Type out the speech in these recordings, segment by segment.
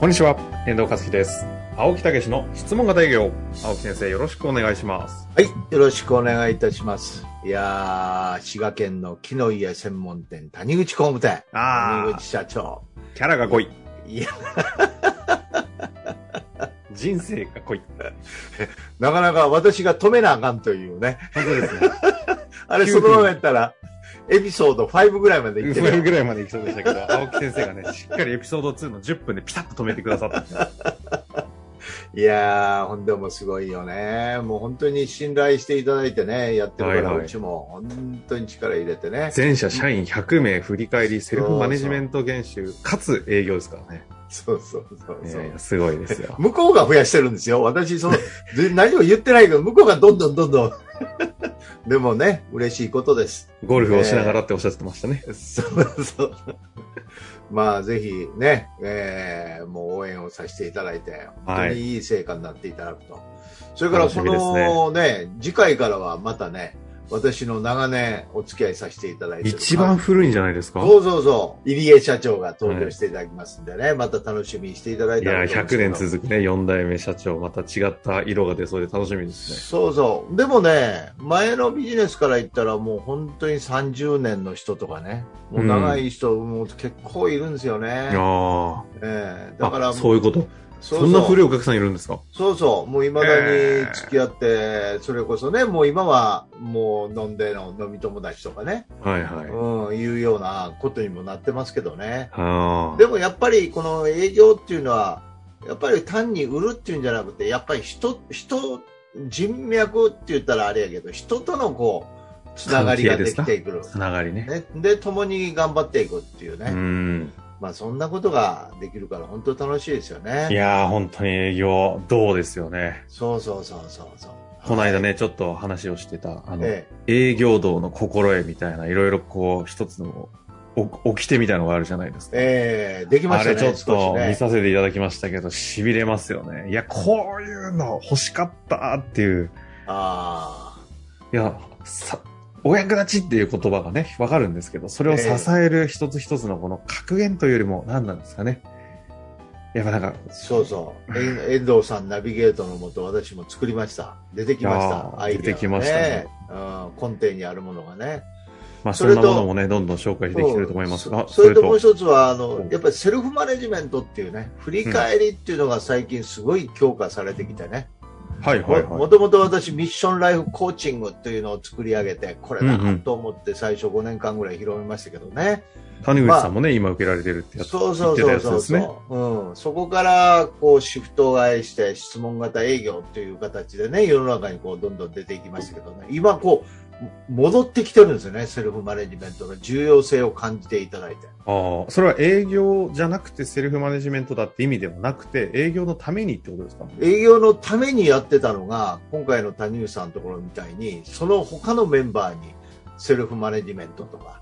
こんにちは、遠藤和樹です。青木武の質問型営業。青木先生、よろしくお願いします。はい、よろしくお願いいたします。いやー、滋賀県の木の家専門店、谷口工務店、あー谷口社長。キャラが濃い。いや、 人生が濃い。なかなか私が止めなあかんというね。本当ですね。 あれ、急にそのままやったら、エピソード5ぐらいまでいってそれる。ぐらいまでいきそうでしたけど、 青木先生がね、しっかりエピソード2の10分でピタッと止めてくださったん で。いやー、ほんでもすごいよね。もう本当に信頼していただいてね、やってるから、はいはいうちも本当に力入れてね。全社社員100名振り返り、セルフマネジメント研修、かつ営業ですからね。そうそうそういそう。やいや、すごいですよ。向こうが増やしてるんですよ。私、その、で何も言ってないけど、向こうがどんどんどんどん。でもね、嬉しいことです。 ゴルフをしながらっておっしゃってましたね。そうそう。まあ、ぜひね、えーもう応援をさせていただいて、本当はいにいい成果になっていただくと。それから、楽しこみですねのね次回からはまたね、私の長年お付き合いさせていただいてる。一番古いんじゃないですかそうそうそう。入江社長が登場していただきますんでね、また楽しみにしていただいいたらや、と思うんです100けど年続くね、4代目社長、また違った色が出そうで楽しみですね。そうそう。でもね、前のビジネスから言ったらもう本当に30年の人とかね、もう長い人も結構いるんですよね。あええあ。だからあそういうこと。そそうそう、んな古いお客さんいるんですかそうそう、もう未えだえに付き合って、それこそね、もう今はもう飲んでの飲み友達とかね、はいはい。うん、いうようなことにもなってますけどね。あでもやっぱりこの営業っていうのは、やっぱり単に売るっていうんじゃなくて、やっぱり人、人、人脈って言ったらあれやけど、人とのこう、つながりができてくるあ。。つながりね。ね、で、共に頑張っていくっていうね。うん。まあそんなことができるから本当楽しいですよいね。やー、本当に営業、どうですよね。そうそうそうそうそう。この間ね、ちょっと話をしてた、あの、ええ。営業道の心得みたいな、いろいろこう、一つの、お、掟みたいのがあるじゃないですか。ええできまあしたれね。ちょっと少しね見させていただきましたけど、痺れますよね。いや、こういうの欲しかったっていう。ああ。いや、さ、お役立ちっていう言葉がね、わかるんですけど、それを支える一つ一つのこの格言というよりも、何なんですかね。やっぱなんか、そうそう。えん遠藤さんナビゲートのもと私も作りました。出てきましいやーた。アイデアが出てきましたねうん、根底にあるものがね。まあそそんれなとものもね、どんどん紹介できてると思いますそが、それともう一つは、あうのん、やっぱりセルフマネジメントっていうね、振り返りっていうのが最近すごい強化されてきてね。はいはいもはもい。ともと私、ミッションライフコーチングっていうのを作り上げて、これうんうだんと思って最初5年間ぐらい広めましたけどね。谷口さんもね、今受けられてるってやつ。そうそう言ってたそうやつそでうすねそう、うん。そこから、こう、シフト替えして、質問型営業っていう形でね、世の中にこう、どんどん出ていきましたけどね。今、こう、戻ってきてるんですよね、セルフマネジメントの重要性を感じていただいて。ああ、それは営業じゃなくてセルフマネジメントだって意味ではなくて、営業のためにってことですか営業のためにやってたのが、今回の谷口さんのところみたいに、その他のメンバーにセルフマネジメントとか、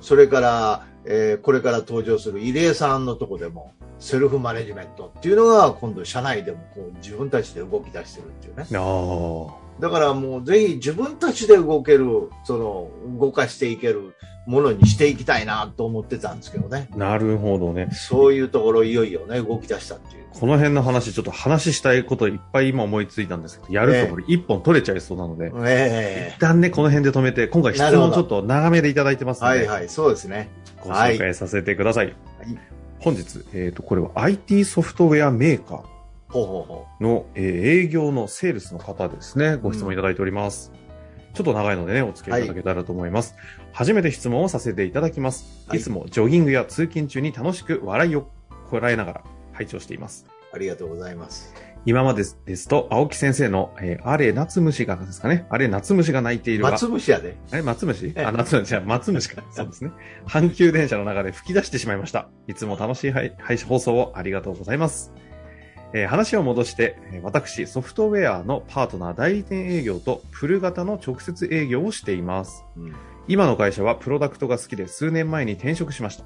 それから、えーこれから登場する入江さんのとこでも、セルフマネジメントっていうのが、今度社内でもこう自分たちで動き出してるっていうね。ああ。だからもうぜひ自分たちで動ける、その、動かしていけるものにしていきたいなと思ってたんですけどね。なるほどね。そういうところいよいよね、動き出したっていう。この辺の話、ちょっと話したいこといっぱい今思いついたんですけど、やるとこれ一本取れちゃいそうなので、え一旦ね、この辺で止めて、今回質なるほ問どちょっと長めでいただいてまえすのはいで、はい、そうですね。ご紹介させてください。い本日、えっ、と、これは IT ソフトウェアメーカー。ほうほうほう。の、えー営業のセールスの方ですね、ご質問いただいております。ちょっと長いのでね、お付き合いいただけたらと思います。初めて質問をさせていただきます。はいいつもジョギングや通勤中に楽しく笑いをこらえながら拝聴しています。ありがとうございます。今までですと、青木先生の、えーあれ、夏虫がですかね。あれ、夏虫が鳴いているが。松虫やで。あれ、松虫ええあ、夏虫じゃあ松虫 か。そうですね。阪急電車の中で吹き出してしまいました。いつも楽しい配配信放送をありがとうございます。えー話を戻して、えー私、ソフトウェアのパートナー代理店営業とプル型の直接営業をしています。うんうん今の会社はプロダクトが好きで数年前に転職しました。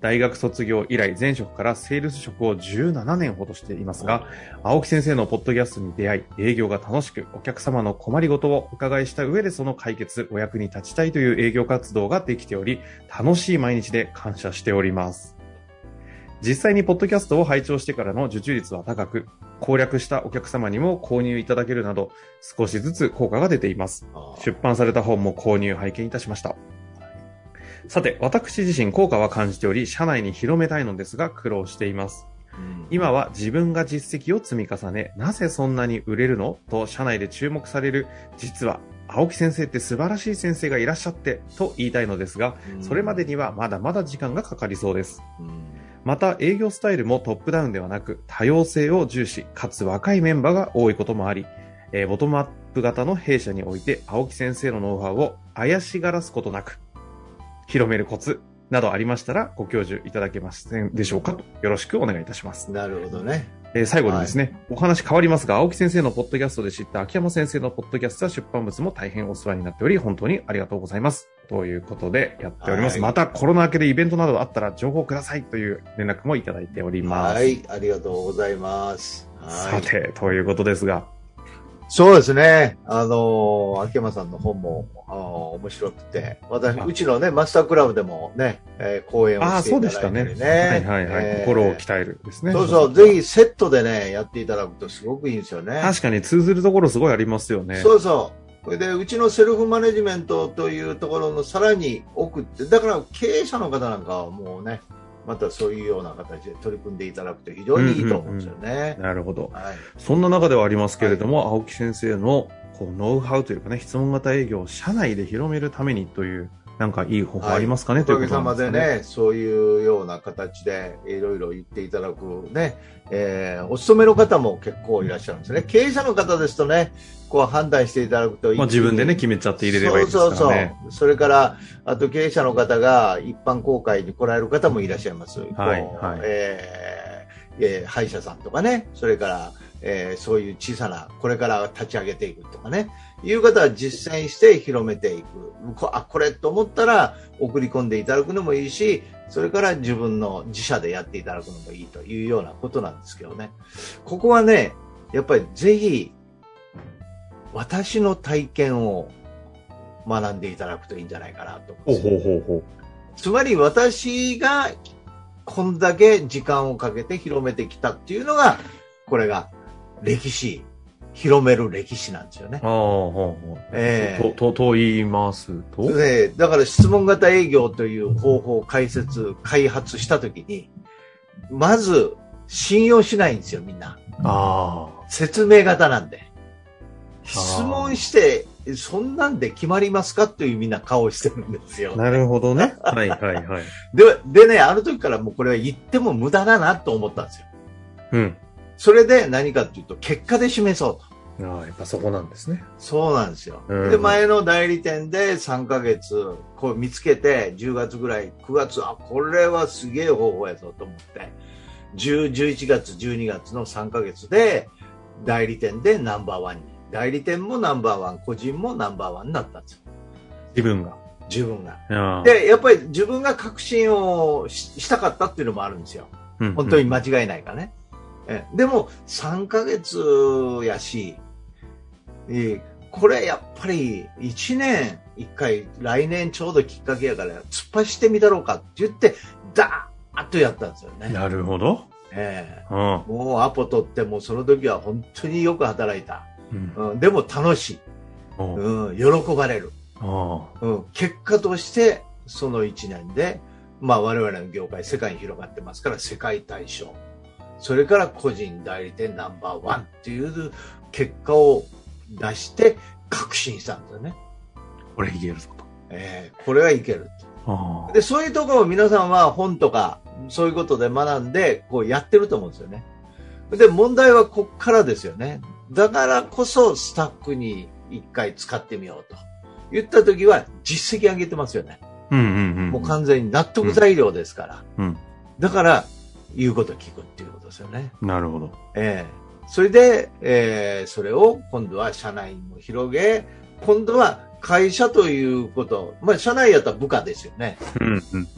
大学卒業以来前職からセールス職を17年ほどしていますが、青木先生のポッドキャストに出会い、営業が楽しく、お客様の困りごとをお伺いした上でその解決、お役に立ちたいという営業活動ができており、楽しい毎日で感謝しております。実際にポッドキャストを拝聴してからの受注率は高く、攻略したお客様にも購入いただけるなど、少しずつ効果が出ています。あー出版された本も購入拝見いたしました。さて、私自身効果は感じており、社内に広めたいのですが苦労しています。うん今は自分が実績を積み重ね、なぜそんなに売れるのと社内で注目される、実は青木先生って素晴らしい先生がいらっしゃってと言いたいのですが、それまでにはまだまだ時間がかかりそうです。うんまた営業スタイルもトップダウンではなく多様性を重視かつ若いメンバーが多いこともあり、えーボトムアップ型の弊社において青木先生のノウハウを怪しがらすことなく広めるコツなどありましたらご教授いただけませんでしょうかとよろしくお願いいたします、なるほどね。えー最後にですね、お話変わりますが青木先生のポッドキャストで知った秋山先生のポッドキャストは出版物も大変お世話になっており本当にありがとうございますということでやっております、はいまたコロナ明けでイベントなどあったら情報くださいという連絡もいただいております、はい、ありがとうございます。はさい。て、ということですが、そうですね。あのー秋山さんの本も、あー面白くて、私、あうちのね、マスタークラブでもね、えー講演をああ、してそいうでたしだたいたね。りね。はいはいはい、えー心を鍛えるですね。そうそう、ぜひセットでね、やっていただくとすごくいいんですよね。確かに通ずるところすごいありますよね。そうそう。これで、うちのセルフマネジメントというところのさらに奥って、だから経営者の方なんかはもうね、またそういうような形で取り組んでいただくと非常にいいと思うんですよね。なるほど。はい。そんな中ではありますけれども、青木先生のこうノウハウというかね、質問型営業を社内で広めるためにという、なんかいい方法ありますかね、おといかうげことさなまんですでかね、そういうような形でいろいろ言っていただくね、えーお勤めの方も結構いらっしゃるんですね。経営者の方ですとね、こう判断していただくといい。まあ自分でね、決めちゃって入れればいいですからね。そうそうそう。それから、あと経営者の方が一般公開に来られる方もいらっしゃいます。はいこうはいえーえー歯医者さんとかね、それから、えーそういう小さな、これから立ち上げていくとかね、いう方は実践して広めていく。こあ、これと思ったら送り込んでいただくのもいいし、それから自分の自社でやっていただくのもいいというようなことなんですけどね。ここはね、やっぱりぜひ、私の体験を学んでいただくといいんじゃないかなと思うんほでうすよほうほうほう。つまり私がこんだけ時間をかけて広めてきたっていうのが、これが歴史、広める歴史なんですよねあ。あ、ほうほう。ええと、と、と言いますと、でだから質問型営業という方法を解説、開発したときに、まず信用しないんですよ、みんな。ああ。説明型なんで。質問して、そんなんで決まりますかというみんな顔してるんですよ。なるほどね。はいはいはい。で、でね、ある時からもうこれは言っても無駄だなと思ったんですよ。うん。それで何かっていうと、結果で示そうと。ああ、やっぱそこなんですね。そうなんですよ。うんで、前の代理店で3ヶ月、こう見つけて、10月ぐらい、9月、あ、これはすげえ方法やぞと思って、10、11月、12月の3ヶ月で、代理店でナンバーワンに。代理店もナンバーワン、個人もナンバーワンになったんですよ。自分が。自分が。ああ、で、やっぱり自分が確信をししたかったっていうのもあるんですよ。うん本当に間違いないからね。えでも、3ヶ月やし、えこれやっぱり1年1回、来年ちょうどきっかけやから、突っ走ってみたろうかって言って、ダーッとやったんですよね。なるほど。えうんえもうアポ取って、もうその時は本当によく働いた。うん。うん、でも楽しい。おううん、喜ばれる。あうん、結果として、その1年で、まあ我々の業界、世界に広がってますから、世界大賞。それから個人代理店ナンバーワンっていう結果を出して、確信したんだよね。あ、これいけるぞと。えーこれはいける。ああで、そういうところを皆さんは本とか、そういうことで学んで、こうやってると思うんですよね。で、問題はこっからですよね。だからこそスタッフに一回使ってみようと。言った時は実績上げてますよね。うんうんうん。もう完全に納得材料ですから。うんだから、言うこと聞くっていうことですよね。なるほど。ええそれで、ええそれを今度は社内にも広げ、今度は会社ということ、まあ社内やったら部下ですよね。うんうん。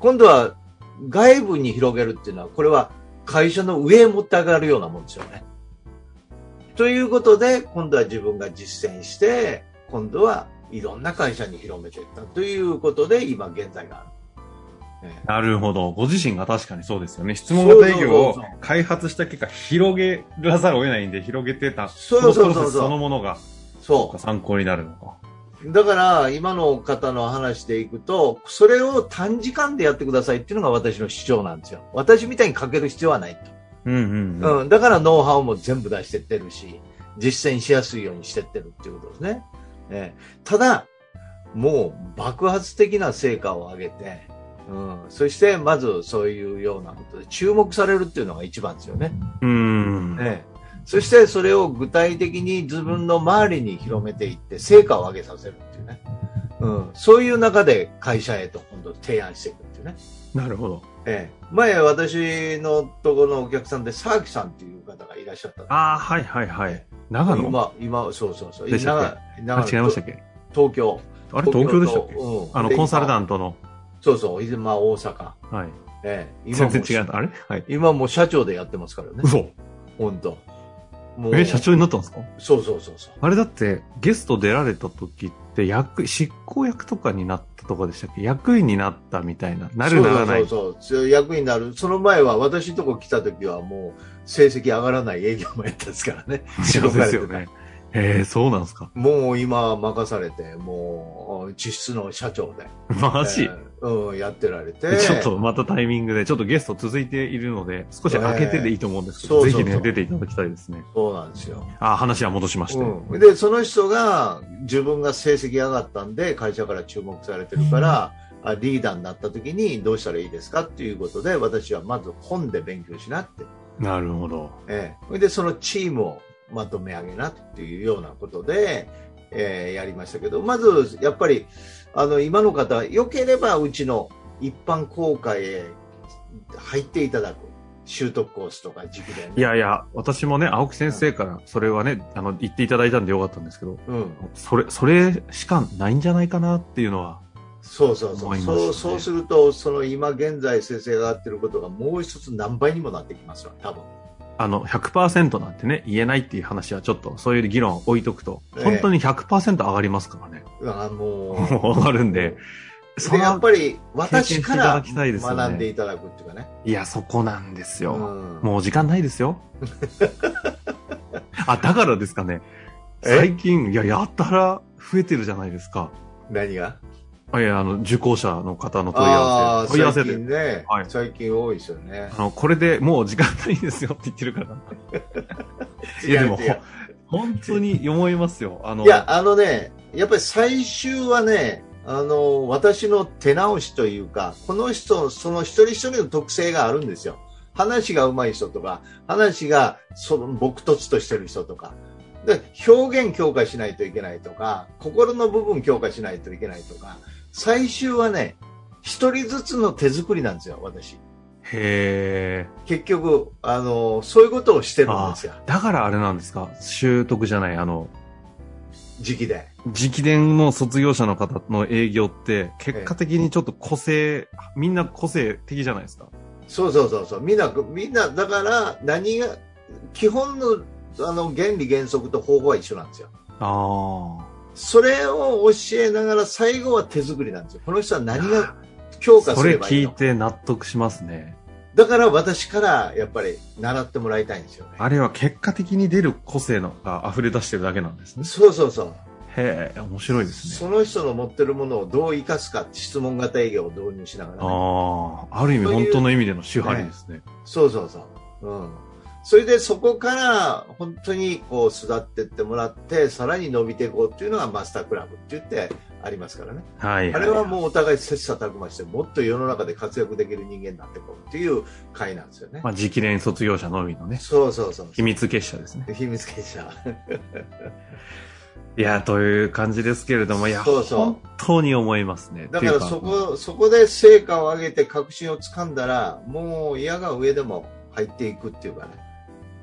今度は外部に広げるっていうのは、これは会社の上へ持って上がるようなもんですよね。ということで、今度は自分が実践して、今度はいろんな会社に広めていったということで、今現在がある。ええなるほど。ご自身が確かにそうですよね。質問型営業そうをそうそう開発した結果、広げらざるを得ないんで、広げてた、そうそうそうそうのプロセスそのものがそう。参考になるのか。だから、今の方の話でいくと、それを短時間でやってくださいっていうのが私の主張なんですよ。私みたいにかける必要はないうんうんと。うん。うん。だから、ノウハウも全部出してってるし、実践しやすいようにしてってるっていうことですね。ええただ、もう爆発的な成果を上げて、うん。そして、まずそういうようなことで注目されるっていうのが一番ですよね。うん。ええそして、それを具体的に自分の周りに広めていって、成果を上げさせるっていうね。うん。そういう中で会社へと今度提案していくっていうね。なるほど。ええ前、私のところのお客さんで、沢木さんっていう方がいらっしゃったの。ああ、はいはいはい。長野今、今、そうそうそう。でしたっ長野あ、違いましたっ長野け東京。あれ、東京でしたっけうんあの、でコンサルタントの。今そうそう、いずまあ大阪。はい。ええ全然も違う。あれはい。今もう社長でやってますからね。嘘。本当。もうえ、社長になったんですかそうそうそうそう。あれだって、ゲスト出られた時って、役、執行役とかになったとかでしたっけ役員になったみたいな。なるならない。そうそうそうそう役になる。その前は私のとこ来た時はもう成績上がらない営業もやったですからね。そうですよ ね。えー、そうなんですか。もう今は任されて、もう実質の社長で。マジ、えーうん、やってられて。ちょっとまたタイミングで、ちょっとゲスト続いているので、少し開けてでいいと思うんですけど、えーぜひねそうそうそう出ていただきたいですね。そうなんですよ。あ、話は戻しまして。うん、で、その人が自分が成績上がったんで会社から注目されてるから、あリーダーになった時にどうしたらいいですかっていうことで、私はまず本で勉強しなって。なるほど。ええ、それでそのチームをまとめ上げなっていうようなことで、ええやりましたけどまずやっぱりあの今の方は良ければうちの一般公開へ入っていただく習得コースとか時期で、いやいや、私もね、青木先生から、それはね、あの、言っていただいたんでよかったんですけど、うん、それ、それしかないんじゃないかなっていうのは、そうそうそ思ういますねそうそうするとその今現在先生がやってることがもう一つ何倍にもなってきますよ多分。あの、100%なんてね、言えないっていう話はちょっと、そういう議論を置いとくと、ええ本当に100%上がりますからね。あもうもう上 がるんで、そでやっの、ぱり私か経験していらただきたいですよね学んでいただくっていうかね。いや、そこなんですうよ。んもう時間ないです よ。あ、だからですかね。え最近、いや、やたら増えてるじゃないですか。何があいや、あの、受講者の方の問い合あわあせ。問い合わせ最で。近ね、はい最近多いですよねあ。の、これでもう時間ないんですよって言ってるから。いや、でも違う違う、 本当に思いますよ。あの、いや、あのね、やっぱり最終はね、あの、私の手直しというか、この人、その一人一人の特性があるんですよ。話が上手い人とか、話がその朴突としてる人とか。で、表現強化しないといけないとか、心の部分強化しないといけないとか、最終はね、一人ずつの手作りなんですよ、私。へえ。結局、あの、そういうことをしてるんですよ、だからあれなんですか習得じゃない、あの、時期で。直伝の卒業者の方の営業って、結果的にちょっと個性、みんな個性的じゃないですか。そうそうそうそう。みんな、みんな、だから、何が、基本の、あの、原理原則と方法は一緒なんですよ。ああ。それを教えながら、最後は手作りなんですよ。この人は何が強化そすれればい聞いいのて納得しますね。だから、私から、やっぱり、習ってもらいたいんですよね。あれは結果的に出る個性のが溢れ出してるだけなんですね。そうそうそう。へえ、面白いですね。その人の持ってるものをどう生かすか、質問型営業を導入しながらね、ああ、ある意味そういう本当の意味での手張りですね。そうそうそう。うん。それでそこから本当にこう育ってってもらって、さらに伸びていこうっていうのがマスタークラブって言ってありますからね。はい。あれはもうお互い切磋琢磨して、もっと世の中で活躍できる人間になっていこうっていう会なんですよね。まあ、直伝卒業者のみのね、そうそうそう。秘密結社ですね。秘密結社。 いや、という感じですけれども、いや、そうそう本当に思いますね。だからっていうそこ、そこで成果を上げて確信をつかんだら、もう嫌が上でも入っていくっていうかね。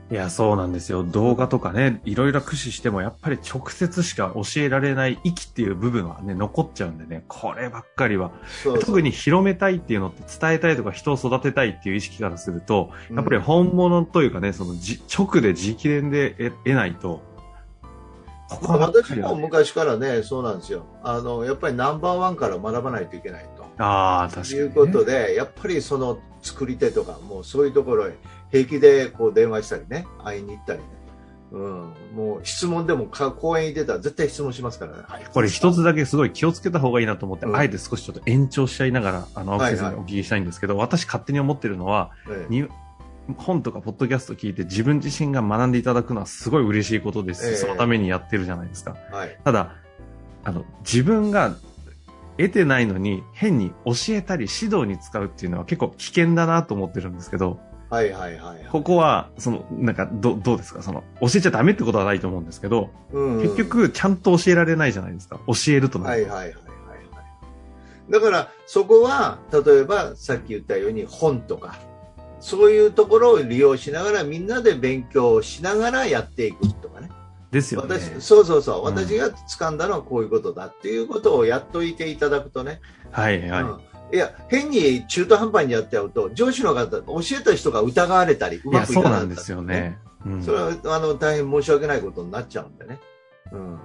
いや、そうなんですよ。動画とかね、いろいろ駆使しても、やっぱり直接しか教えられない息っていう部分はね、残っちゃうんでね、こればっかりは。そうそう特に広めたいっていうのって、伝えたいとか人を育てたいっていう意識からすると、やっぱりうん本物というかね、そのじ直で直伝で得得ないと、ここばっか私りはもね、昔からね、そうなんですよ。あの、やっぱりナンバーワンから学ばないといけないと。ああ、確かとに、いね。うことで、やっぱりその作り手とか、もうそういうところへ平気でこう電話したりね、会いに行ったりね。うん、もう質問でもか講演に出たら絶対質問しますからね。これ一つだけすごい気をつけた方がいいなと思って、うんあえて少しちょっと延長しちゃいながら、あの、青木先生はいにはいお聞きしたいんですけど、私勝手に思ってるのは、ええに本とかポッドキャスト聞いて自分自身が学んでいただくのはすごい嬉しいことですし、ええそのためにやってるじゃないですか。はい。ただ、あの、自分が得てないのに変に教えたり指導に使うっていうのは結構危険だなと思ってるんですけど、はいはいはい。ここは、その、なんか、ど、どうですかその、教えちゃダメってことはないと思うんですけど、うん結、局、ちゃんと教えられないじゃないですか。教えるとなはるいはいはいはいはい。だからそこは、例えばさっき言ったように本とか、そういうところを利用しながらみんなで勉強しながらやっていくとかね。ですよね。私そうそうそう、ん私が掴んだのはこういうことだっていうことをやっといていただくとね、はいはい。うんいや変に中途半端にやっちゃうと上司の方教えた人が疑われたりういまや、くいかそうなかなったんりですよね。うん、いそれはあの大変申し訳ないことになっちゃうんでね、うん、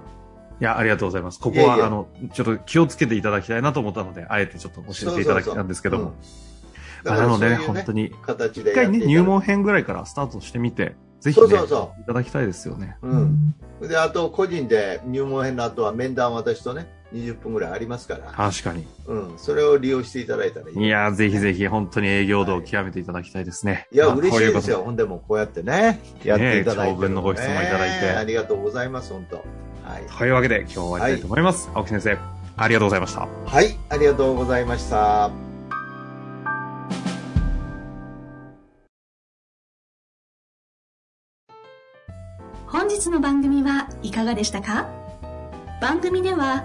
や、ありがとうございます。ここいやは、いやあの、ちょっと気をつけていただきたいなと思ったので、あえてちょっと教えていただきたんですけども。そうそうそう、うんまだあからなので、ね、そういうね本当に、形で一回やっていね、ただ入門編ぐらいからスタートしてみて、ぜひ、そね、うそうそいただきたいですよね。う、うん、であと個人で入門編の後は面談私とね20分ぐらいありますから、確かに。うん、それを利用していただいたらいいいやー、ぜひぜひ、本当に営業度をはい極めていただきたいですね。いや、まあ嬉しいです。こううこよ。ほんでも、こうやってね、やっていただ長いて、ね。文のご質問いただいてありがとうございます、本当。はい。とというわけで、今日は終わりたいと思います。青木先生、ありがとうございました。はい、ありがとうございました。本日の番組はいかがでしたか番組では